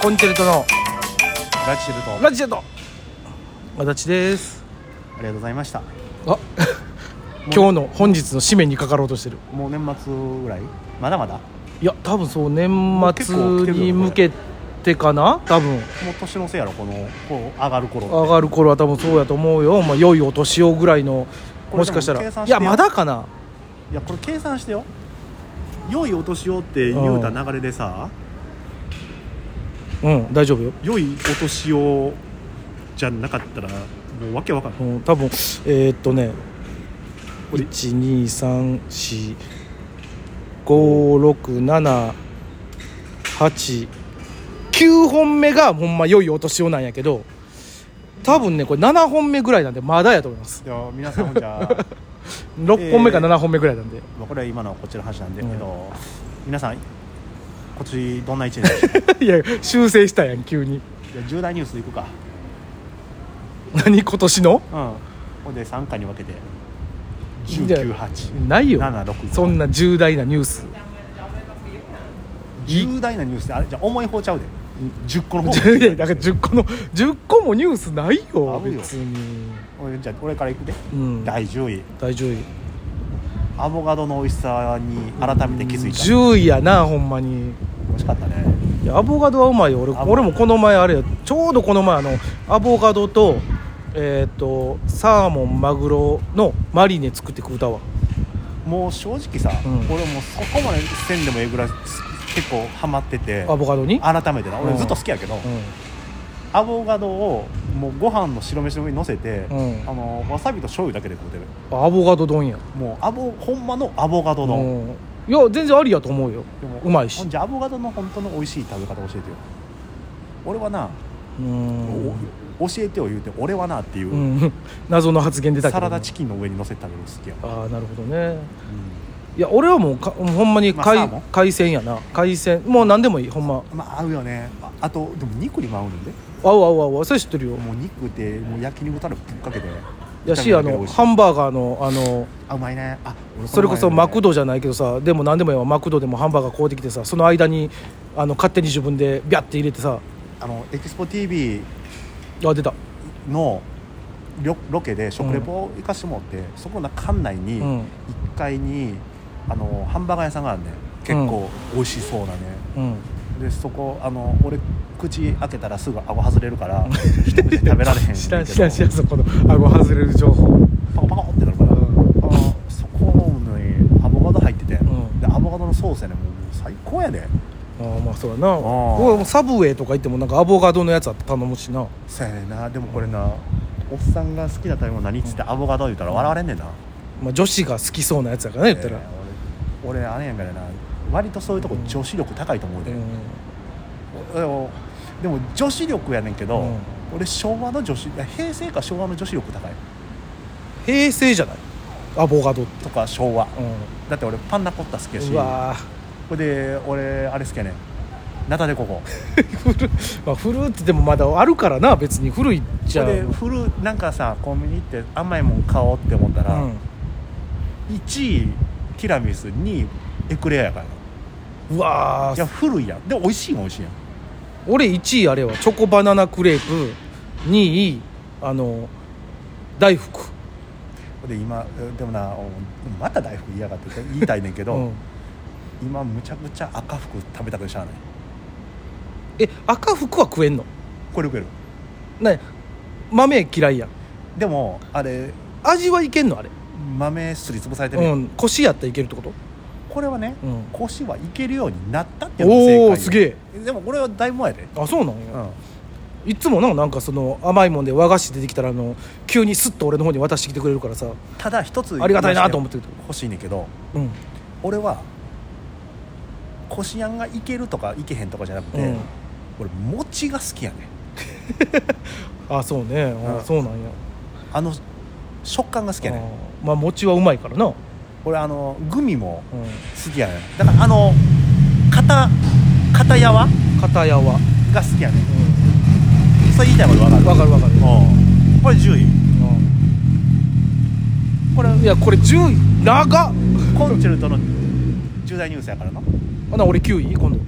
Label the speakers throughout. Speaker 1: コンチェルトの
Speaker 2: ラジシェルトあり
Speaker 1: ラジェット足立です
Speaker 2: がとうございました
Speaker 1: あ 今日の本日の締めにかかろうとしてる
Speaker 2: もう年末ぐらいまだまだも
Speaker 1: いや多分そう年末
Speaker 2: もう結構来てるよ
Speaker 1: に向けてかな多分
Speaker 2: う年のせいやろこのこう上がる頃
Speaker 1: 上がる頃は多分そうやと思うよ、まあ、良いお年をぐらいの
Speaker 2: これ
Speaker 1: もしかした
Speaker 2: でも計
Speaker 1: ら
Speaker 2: 算し
Speaker 1: い
Speaker 2: て
Speaker 1: や
Speaker 2: よ
Speaker 1: まだかない
Speaker 2: やこれ計算してよ良いお年をって言うた流れでさ
Speaker 1: うん大丈夫よ、
Speaker 2: 良いお年をじゃなかったらもうわけわかんない
Speaker 1: うん、多分えーっとね
Speaker 2: これ
Speaker 1: 123456789本目がほんま良いお年をなんやけど多分ねこれ7本目ぐらいなんでまだやと思います
Speaker 2: じゃあ皆さんじ ゃあ、
Speaker 1: 6本目か7本目ぐらいなんで、
Speaker 2: まあ、これは今のはこっちの話なんだけど、皆さん今年どんな一年でしたい
Speaker 1: いや修正したやん急に
Speaker 2: や重大ニュー スいくか
Speaker 1: 何今年の
Speaker 2: うんほんで3回に分けて
Speaker 1: ないよ
Speaker 2: 198765
Speaker 1: そんな重大なニュース
Speaker 2: 重大なニュースであれじゃあ重い方ちゃうで10個の方
Speaker 1: いやだから10個の10個もニュースないよ
Speaker 2: あるよ
Speaker 1: 別に、
Speaker 2: 俺じゃあ俺からいくで、
Speaker 1: うん、
Speaker 2: 第10位
Speaker 1: 大丈夫
Speaker 2: アボカドの美味しさに改めて気づいた、
Speaker 1: 10位やなほんまに
Speaker 2: 美味しかったね
Speaker 1: いやアボカドはうまいよ俺
Speaker 2: アボ
Speaker 1: 俺もこの前あれよちょうどこの前あのアボカドとえっ、とサーモンマグロのマリネ作って食うたわ
Speaker 2: もう正直さ、
Speaker 1: うん
Speaker 2: 俺もうそこまでせんでもええぐらい結構ハマってて
Speaker 1: アボカドに、
Speaker 2: 改めてな
Speaker 1: う
Speaker 2: 俺
Speaker 1: ん
Speaker 2: ずっと好きやけど、
Speaker 1: う
Speaker 2: アボカドをもうご飯の白飯の上に乗せて、
Speaker 1: うん
Speaker 2: あのわさびと醤油だけで食うてる
Speaker 1: ん、アボカド丼や
Speaker 2: もうアボほんまのアボカド丼、
Speaker 1: うんいや全然ありやと思うよ
Speaker 2: でも
Speaker 1: うまいし
Speaker 2: ほんじゃアボカドの本当の美味しい食べ方教えてよ俺はな、
Speaker 1: うん、
Speaker 2: お教えてよ言うて俺はなっていう、
Speaker 1: うん、 謎の発言出たけど
Speaker 2: サ
Speaker 1: ね、
Speaker 2: ラダチキンの上に乗せて食べるの好きやわ、
Speaker 1: ああなるほどねいや俺はもうかほんまに
Speaker 2: まあ
Speaker 1: 海,、
Speaker 2: サーモン
Speaker 1: 海鮮やな海鮮もう何でもいいほんま
Speaker 2: まあ合うよねああとでも肉にも合うねんで
Speaker 1: 合う合う合う合うそれ知ってるよ
Speaker 2: もう肉でもう焼肉たらぶっかけて
Speaker 1: やし
Speaker 2: 炒
Speaker 1: あ
Speaker 2: めるだけで美
Speaker 1: の
Speaker 2: 味しい
Speaker 1: ハンバーガーのあの
Speaker 2: あうまいねあ俺
Speaker 1: それこそ
Speaker 2: の前
Speaker 1: マクドじゃないけどさでも何でもいいわマクドでもハンバーガー買うてきてさその間にあの勝手に自分でビャッて入れてさ
Speaker 2: あのエキスポ TV
Speaker 1: あ出た
Speaker 2: のロロケで食レポを行かしてもらって、そこの館内に
Speaker 1: うん
Speaker 2: 1階にあのハンバーガー屋さんがあるね結構美味しそうなね、
Speaker 1: うん
Speaker 2: でそこあの俺口開けたらすぐ顎外れるから 一口で食べられへんねんけど
Speaker 1: 知らん知らん知らんそこの顎外れる情報
Speaker 2: パカパカってなるから、
Speaker 1: うん
Speaker 2: あのそこのにアボカド入ってて、
Speaker 1: ん
Speaker 2: でアボカドのソースやねもう最高やで
Speaker 1: ああまあそうやな
Speaker 2: ー
Speaker 1: 僕はもうサブウェイとか行ってもなんかアボカドのやつあったら頼むしな
Speaker 2: そうやねんなでもこれなおっさんが好きな食べ物何っつってアボカド言うたら笑われんねんな、
Speaker 1: まあ女子が好きそうなやつやからね言った
Speaker 2: え
Speaker 1: ら、
Speaker 2: ー俺俺あれやんからな割とそういうとこ女子力高いと思うで、おでもでも女子力やねんけど、
Speaker 1: うん
Speaker 2: 俺昭和の女子いや平成か昭和の女子力高い
Speaker 1: うん平成じゃないアボカドって、
Speaker 2: とか昭和
Speaker 1: う
Speaker 2: だって俺パンナコッタ好きや
Speaker 1: ん、
Speaker 2: し
Speaker 1: うわ
Speaker 2: ほいで俺あれ好きやねんナタデココ
Speaker 1: ー、まあ、フルーツでもまだあるからな別に古いじゃ
Speaker 2: ほ
Speaker 1: ん
Speaker 2: いでフルなんかさコンビニ行って甘いもん買おうって思ったら、
Speaker 1: うん
Speaker 2: 1位ティラミス2位エクレアやからな
Speaker 1: うわ
Speaker 2: いや
Speaker 1: ー
Speaker 2: 古いやんでも美味しいもん美味しいやん
Speaker 1: 俺1位あれはチョコバナナクレープ2位あの大福
Speaker 2: ほいで今えでもなおまた大福言いやがってって言いたいねんけど、
Speaker 1: うん、
Speaker 2: 今むちゃくちゃ赤服食べたくてしゃあない
Speaker 1: え赤福は食えんの
Speaker 2: これ食える
Speaker 1: ね豆嫌いやん
Speaker 2: でもあれ
Speaker 1: 味はいけんのあれ、
Speaker 2: 豆すり潰されてるやん、
Speaker 1: うん、腰やったらいけるってこと
Speaker 2: これはね、
Speaker 1: うん
Speaker 2: 腰はいけるようになったっていうのが正解
Speaker 1: お
Speaker 2: よ
Speaker 1: おすげ
Speaker 2: でもこれはだいぶ前やで、
Speaker 1: えあそうなんや、
Speaker 2: うん、
Speaker 1: いつもななんかその甘いもんで和菓子出てきたらあの急にスッと俺の方に渡してきてくれるからさ、
Speaker 2: ただ一つ
Speaker 1: ありがたいなと思ってる
Speaker 2: 欲しいねんけど
Speaker 1: うん、
Speaker 2: 俺はこしあんがいけるとかいけへんとかじゃなくて、
Speaker 1: うん
Speaker 2: 俺餅が好きやねん
Speaker 1: あそうね、あ
Speaker 2: うん
Speaker 1: そうなんや
Speaker 2: あの食感が好きやね
Speaker 1: あ
Speaker 2: ん
Speaker 1: ーまあ餅はうまいからな、うん、
Speaker 2: 俺あのグミも好きやねんだからあの片片やわ
Speaker 1: 片屋は、
Speaker 2: が好きやねん
Speaker 1: う
Speaker 2: それ言いたいことわかる
Speaker 1: ん、わかるわかる、
Speaker 2: うんこれ10位
Speaker 1: これいやこれ10位長っ
Speaker 2: コンチェルトの重大ニュースやからな
Speaker 1: あな俺9位今度っ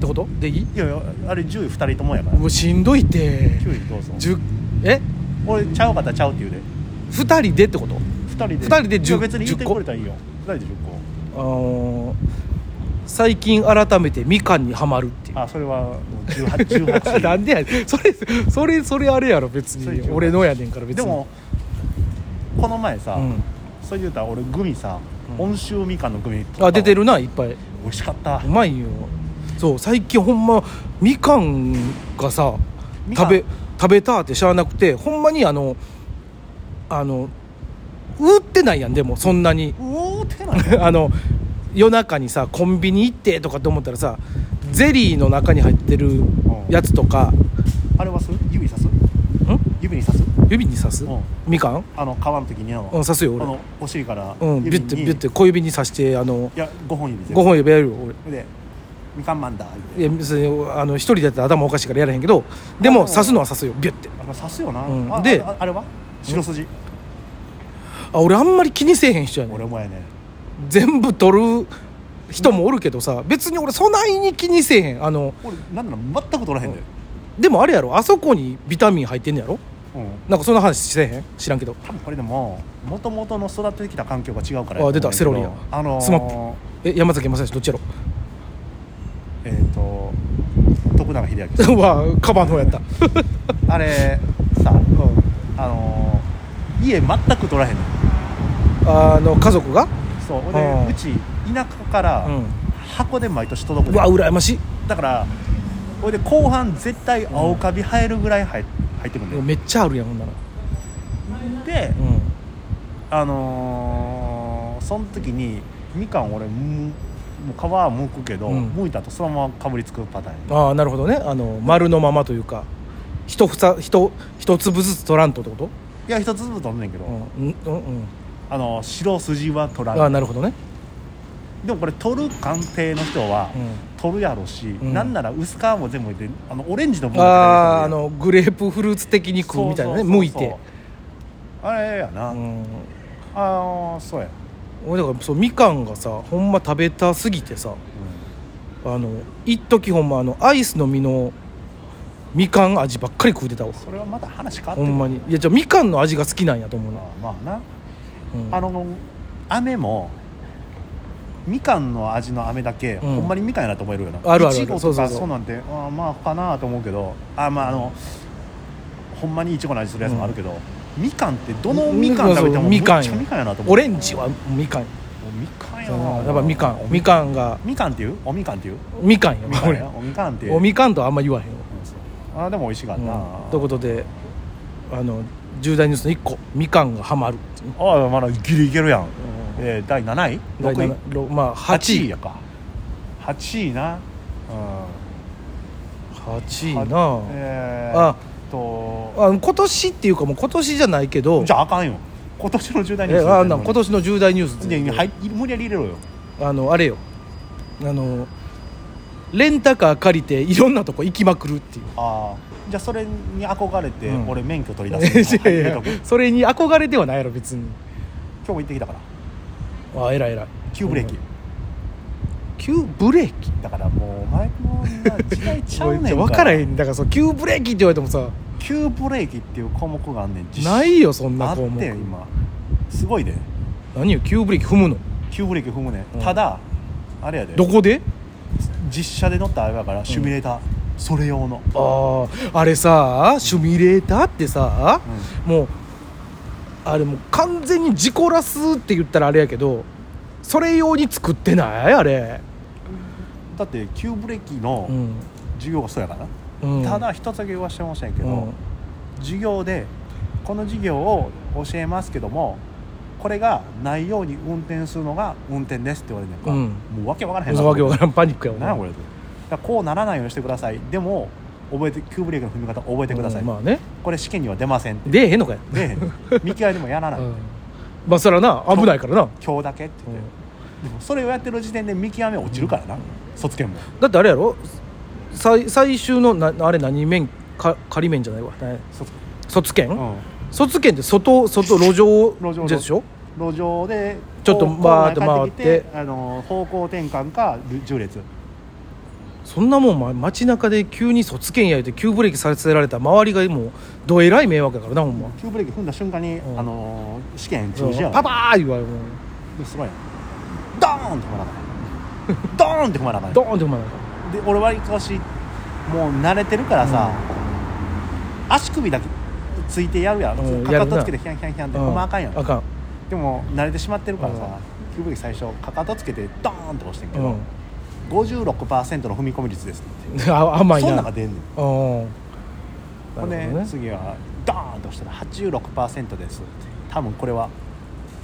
Speaker 1: てことでいい
Speaker 2: いやいやあれ10位2人ともやから
Speaker 1: もうしんどいって
Speaker 2: 9位どうぞ
Speaker 1: 10え
Speaker 2: 俺ちゃうかったらちゃうって言うで
Speaker 1: 二人でってこと
Speaker 2: 2人で
Speaker 1: 二人で10
Speaker 2: いや別に言って
Speaker 1: 10個
Speaker 2: くれたらいいよ2人で10
Speaker 1: あのー最近改めてみかんにはまるっていう
Speaker 2: 個あそれはもう 18, 18位
Speaker 1: なんでやねんそれそれそれあれやろ別
Speaker 2: それ
Speaker 1: に
Speaker 2: 18
Speaker 1: 俺のやねんから別に
Speaker 2: でもこの前さ、
Speaker 1: うん
Speaker 2: それ言うたら俺グミさ、
Speaker 1: うん
Speaker 2: 温州みかんのグミ取ったわ
Speaker 1: あ出てるないっぱい
Speaker 2: 美味しかった
Speaker 1: うまいよそう最近ほんまみかんがさ
Speaker 2: みかん
Speaker 1: 食べ食べたって知らなくてほんまにあのあの売ってないやんでもそんなに
Speaker 2: うおーってな
Speaker 1: あの夜中にさコンビニ行ってとかと思ったらさゼリーの中に入ってるやつとか、
Speaker 2: あれはす指さす
Speaker 1: ん
Speaker 2: 指に刺す
Speaker 1: 指に刺す、
Speaker 2: うん
Speaker 1: みかん、
Speaker 2: あの皮の時になの、
Speaker 1: うん、刺すよ
Speaker 2: あ
Speaker 1: 俺、
Speaker 2: のお尻から
Speaker 1: うん、ビュッてビュッて小指に刺してあの
Speaker 2: いや5本指で
Speaker 1: 5本指やるよ俺
Speaker 2: でみかんマンだ言うて
Speaker 1: いや別にあの一人だったら頭おかしいからやらへんけどでも
Speaker 2: あ
Speaker 1: 刺すのは刺すよビュッて
Speaker 2: あれ刺すよな、
Speaker 1: うん
Speaker 2: あ
Speaker 1: で
Speaker 2: ああれは白筋
Speaker 1: あ俺あんまり気にせえへん人やね
Speaker 2: 俺
Speaker 1: ん
Speaker 2: もやね
Speaker 1: 全部取る人もおるけどさ別に俺そないに気にせえへんあの
Speaker 2: 俺なんなら全く取らへんで、
Speaker 1: でもあれやろあそこにビタミン入ってんねやろ
Speaker 2: うん
Speaker 1: なんかそんな話せえへん知らんけど
Speaker 2: 多分これでももともとの育ってきた環境が違うから
Speaker 1: あ出たセロリや
Speaker 2: あのー、
Speaker 1: スマッえ山崎まさしどっちや
Speaker 2: えっ、ー、と徳永英明
Speaker 1: ろう わカバーの方やった
Speaker 2: あれさ、あのー家全く取らへんの
Speaker 1: あの家族が
Speaker 2: そうほん
Speaker 1: あ
Speaker 2: で
Speaker 1: ー
Speaker 2: うち田舎から
Speaker 1: うん
Speaker 2: 箱で毎年届く
Speaker 1: う
Speaker 2: ねん
Speaker 1: わ羨ましい
Speaker 2: だからほいで後半絶対青カビ生えるぐらい入入ってくるんだよ
Speaker 1: めっちゃあるやんほんなら
Speaker 2: で
Speaker 1: うん
Speaker 2: あのーその時にみかん俺むもう皮は剥くけど、
Speaker 1: うん
Speaker 2: 剥いたとそのままかぶりつくパターンや
Speaker 1: ああなるほどねあの丸のままというか一房一一粒ずつ取らんとってこと
Speaker 2: いや一つずつ取んねんけど、
Speaker 1: うんうんうんうん
Speaker 2: あの白筋は取ら
Speaker 1: ああ
Speaker 2: ない
Speaker 1: なるほどね
Speaker 2: でもこれ取る鑑定の人は、
Speaker 1: うん
Speaker 2: 取るやろし、
Speaker 1: ん
Speaker 2: なんなら薄皮も全部入れてあのオレンジの部分
Speaker 1: あああ
Speaker 2: だ
Speaker 1: のグレープフルーツ的
Speaker 2: け
Speaker 1: に食うみたいなね
Speaker 2: そうそうそう
Speaker 1: 剥いて
Speaker 2: あれやな、
Speaker 1: うん
Speaker 2: ああそうや、
Speaker 1: 俺だからそうみかんがさほんま食べたすぎてさあの一時ほんまあのアイスの実のみかん味ばっかり食うてたわ
Speaker 2: それはまた話変わって
Speaker 1: ほ
Speaker 2: くる
Speaker 1: んまにいやじゃあみかんの味が好きなんやと思うな、
Speaker 2: あまあな、
Speaker 1: うん、
Speaker 2: あの飴もみかんの味の飴だけ、ほんまにみかんやなと思えるよな
Speaker 1: あるある
Speaker 2: いちご
Speaker 1: そう
Speaker 2: と
Speaker 1: そう
Speaker 2: か
Speaker 1: そう
Speaker 2: そうなんてあーまあかなと思うけどあまああのほんまにいちごの味するやつもあるけど、みかんってどのみかん食べて
Speaker 1: うんそ
Speaker 2: も
Speaker 1: う
Speaker 2: めっ
Speaker 1: み
Speaker 2: ちゃ
Speaker 1: かん
Speaker 2: みかんやなと思う
Speaker 1: オレンジはみかん
Speaker 2: おみかんや
Speaker 1: そう
Speaker 2: な
Speaker 1: やっぱみかんみ
Speaker 2: ん
Speaker 1: かんが
Speaker 2: みかんっていうおみかんっていう
Speaker 1: みかんよ
Speaker 2: みかんや
Speaker 1: 俺
Speaker 2: おみかんっていう
Speaker 1: おみかんとはあんま言わへんよ
Speaker 2: あーでも美味しかったな、
Speaker 1: ということであの重大ニュースの1個みかんがハマるっていう
Speaker 2: ああまだギリいけるやん、えー第7位
Speaker 1: 第
Speaker 2: 6位
Speaker 1: 七ろまあ
Speaker 2: 8
Speaker 1: 8
Speaker 2: 位
Speaker 1: 位
Speaker 2: やか8位なう
Speaker 1: 8位
Speaker 2: ん
Speaker 1: な
Speaker 2: はえー、
Speaker 1: あ
Speaker 2: っと
Speaker 1: あの今年っていうかもう今年じゃないけど
Speaker 2: じゃああかんよ今年の重大ニュー
Speaker 1: え
Speaker 2: ス
Speaker 1: あな今年の重大ニュース
Speaker 2: で入り無理やり入れろよ
Speaker 1: あのあれよあのレンタカー借りていろんなとこ行きまくるっていう
Speaker 2: ああじゃあそれに憧れて、
Speaker 1: うん
Speaker 2: 俺免許取り出す
Speaker 1: いやい
Speaker 2: 入れ
Speaker 1: や
Speaker 2: とく今
Speaker 1: それに憧れではないやろ別に
Speaker 2: 日も行ってきたから
Speaker 1: あえらいえらい
Speaker 2: 急ブレーキ、
Speaker 1: 急ブレーキ
Speaker 2: だからもうお前もな時代ちゃうねんから
Speaker 1: 分からへんだからその急ブレーキって言われてもさ
Speaker 2: 急ブレーキっていう項目があんねん実
Speaker 1: ないよそんな
Speaker 2: あっ
Speaker 1: 項目
Speaker 2: て今すごいで
Speaker 1: 何よ急ブレーキ踏むの
Speaker 2: 急ブレーキ踏むね、
Speaker 1: うんん
Speaker 2: ただあれやで
Speaker 1: どこで
Speaker 2: 実車で乗ったあれだからシミュレーター、それ用の
Speaker 1: あああれさシュミレーターってさ、もうあれもう完全に事故らすって言ったらあれやけどそれ用に作ってないあれ、
Speaker 2: だって急ブレーキ
Speaker 1: う
Speaker 2: の
Speaker 1: ん
Speaker 2: 授業がそうやからな、
Speaker 1: うん、
Speaker 2: ただ一つだけ言わせてほしいんやけ
Speaker 1: う
Speaker 2: ど、
Speaker 1: ん
Speaker 2: 授業でこの授業を教えますけどもこれがないように運転するのが運転ですって言われるんやんか、
Speaker 1: うん
Speaker 2: もうわけわからへん
Speaker 1: 嘘わけわからんパニックやもん
Speaker 2: なんやこれだからこうならないようにしてくださいでも覚えて急ブレーキの踏み方覚えてください、
Speaker 1: うんまあね
Speaker 2: これ試験には出ませんって
Speaker 1: 出えへんのかよ、
Speaker 2: で見極めもやらない、
Speaker 1: うんまあそらな危ないからな、
Speaker 2: 今日だけって言って、
Speaker 1: う
Speaker 2: でもそれをやってる時点で見極め落ちるからな、卒検も
Speaker 1: んだってあれやろ最最終のなあれ何面か仮面じゃないわ何や
Speaker 2: 卒検
Speaker 1: 卒検、
Speaker 2: う
Speaker 1: 卒検って外外路上
Speaker 2: 路上
Speaker 1: でしょ
Speaker 2: ん、路上で
Speaker 1: ちょっと
Speaker 2: こう
Speaker 1: バーッと
Speaker 2: こう帰き
Speaker 1: 回って
Speaker 2: あの方向転換かル縦列
Speaker 1: そんなもんま街中で急に卒検や言うて急ブレーキさせられたら周りがもうどえらい迷惑やからなほんま、
Speaker 2: 急ブレーキ踏んだ瞬間に、
Speaker 1: うん
Speaker 2: あのー試験中止やわ
Speaker 1: パパー言われる
Speaker 2: ですごいドーンって踏まなあかんドーンって踏まなあかん
Speaker 1: ドーンって踏まない
Speaker 2: で俺割りかしもう慣れてるからさ、足首だけついてやるやん、
Speaker 1: うん
Speaker 2: か
Speaker 1: や
Speaker 2: か
Speaker 1: る
Speaker 2: と
Speaker 1: な
Speaker 2: つけてヒャンヒャンヒャンって、
Speaker 1: うん
Speaker 2: ほんまあかんやん
Speaker 1: あかん
Speaker 2: でも慣れてしまってるからさ、
Speaker 1: うん
Speaker 2: 急ブレーキ最初かかとつけてドーンって押してんけ
Speaker 1: う
Speaker 2: ど、
Speaker 1: ん
Speaker 2: 56%の踏み込み率ですって
Speaker 1: あ甘いな
Speaker 2: そんなんが出んねん
Speaker 1: うん
Speaker 2: ほんで、
Speaker 1: なるほどね
Speaker 2: 次はドーンって押したら86%ですって多分これは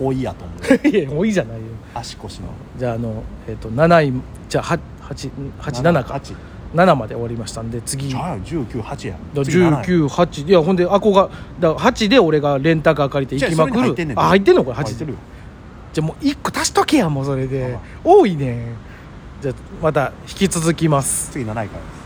Speaker 2: 多いやと思 う
Speaker 1: いやもういいじゃないよ
Speaker 2: 足腰の
Speaker 1: じゃああのえっ、と7位じゃあは8 87か
Speaker 2: 8
Speaker 1: 7まで終わりましたんで次
Speaker 2: じ
Speaker 1: だ
Speaker 2: ゃあ198や
Speaker 1: 198いやほんであこがだから8で俺がレンタカー借りて行きまくるあ入ってんのこれ8
Speaker 2: 入ってるよ
Speaker 1: じゃあもう1個足しとけやもうそれで
Speaker 2: あ
Speaker 1: 多いねんじゃあまた引き続きます
Speaker 2: 次7位からです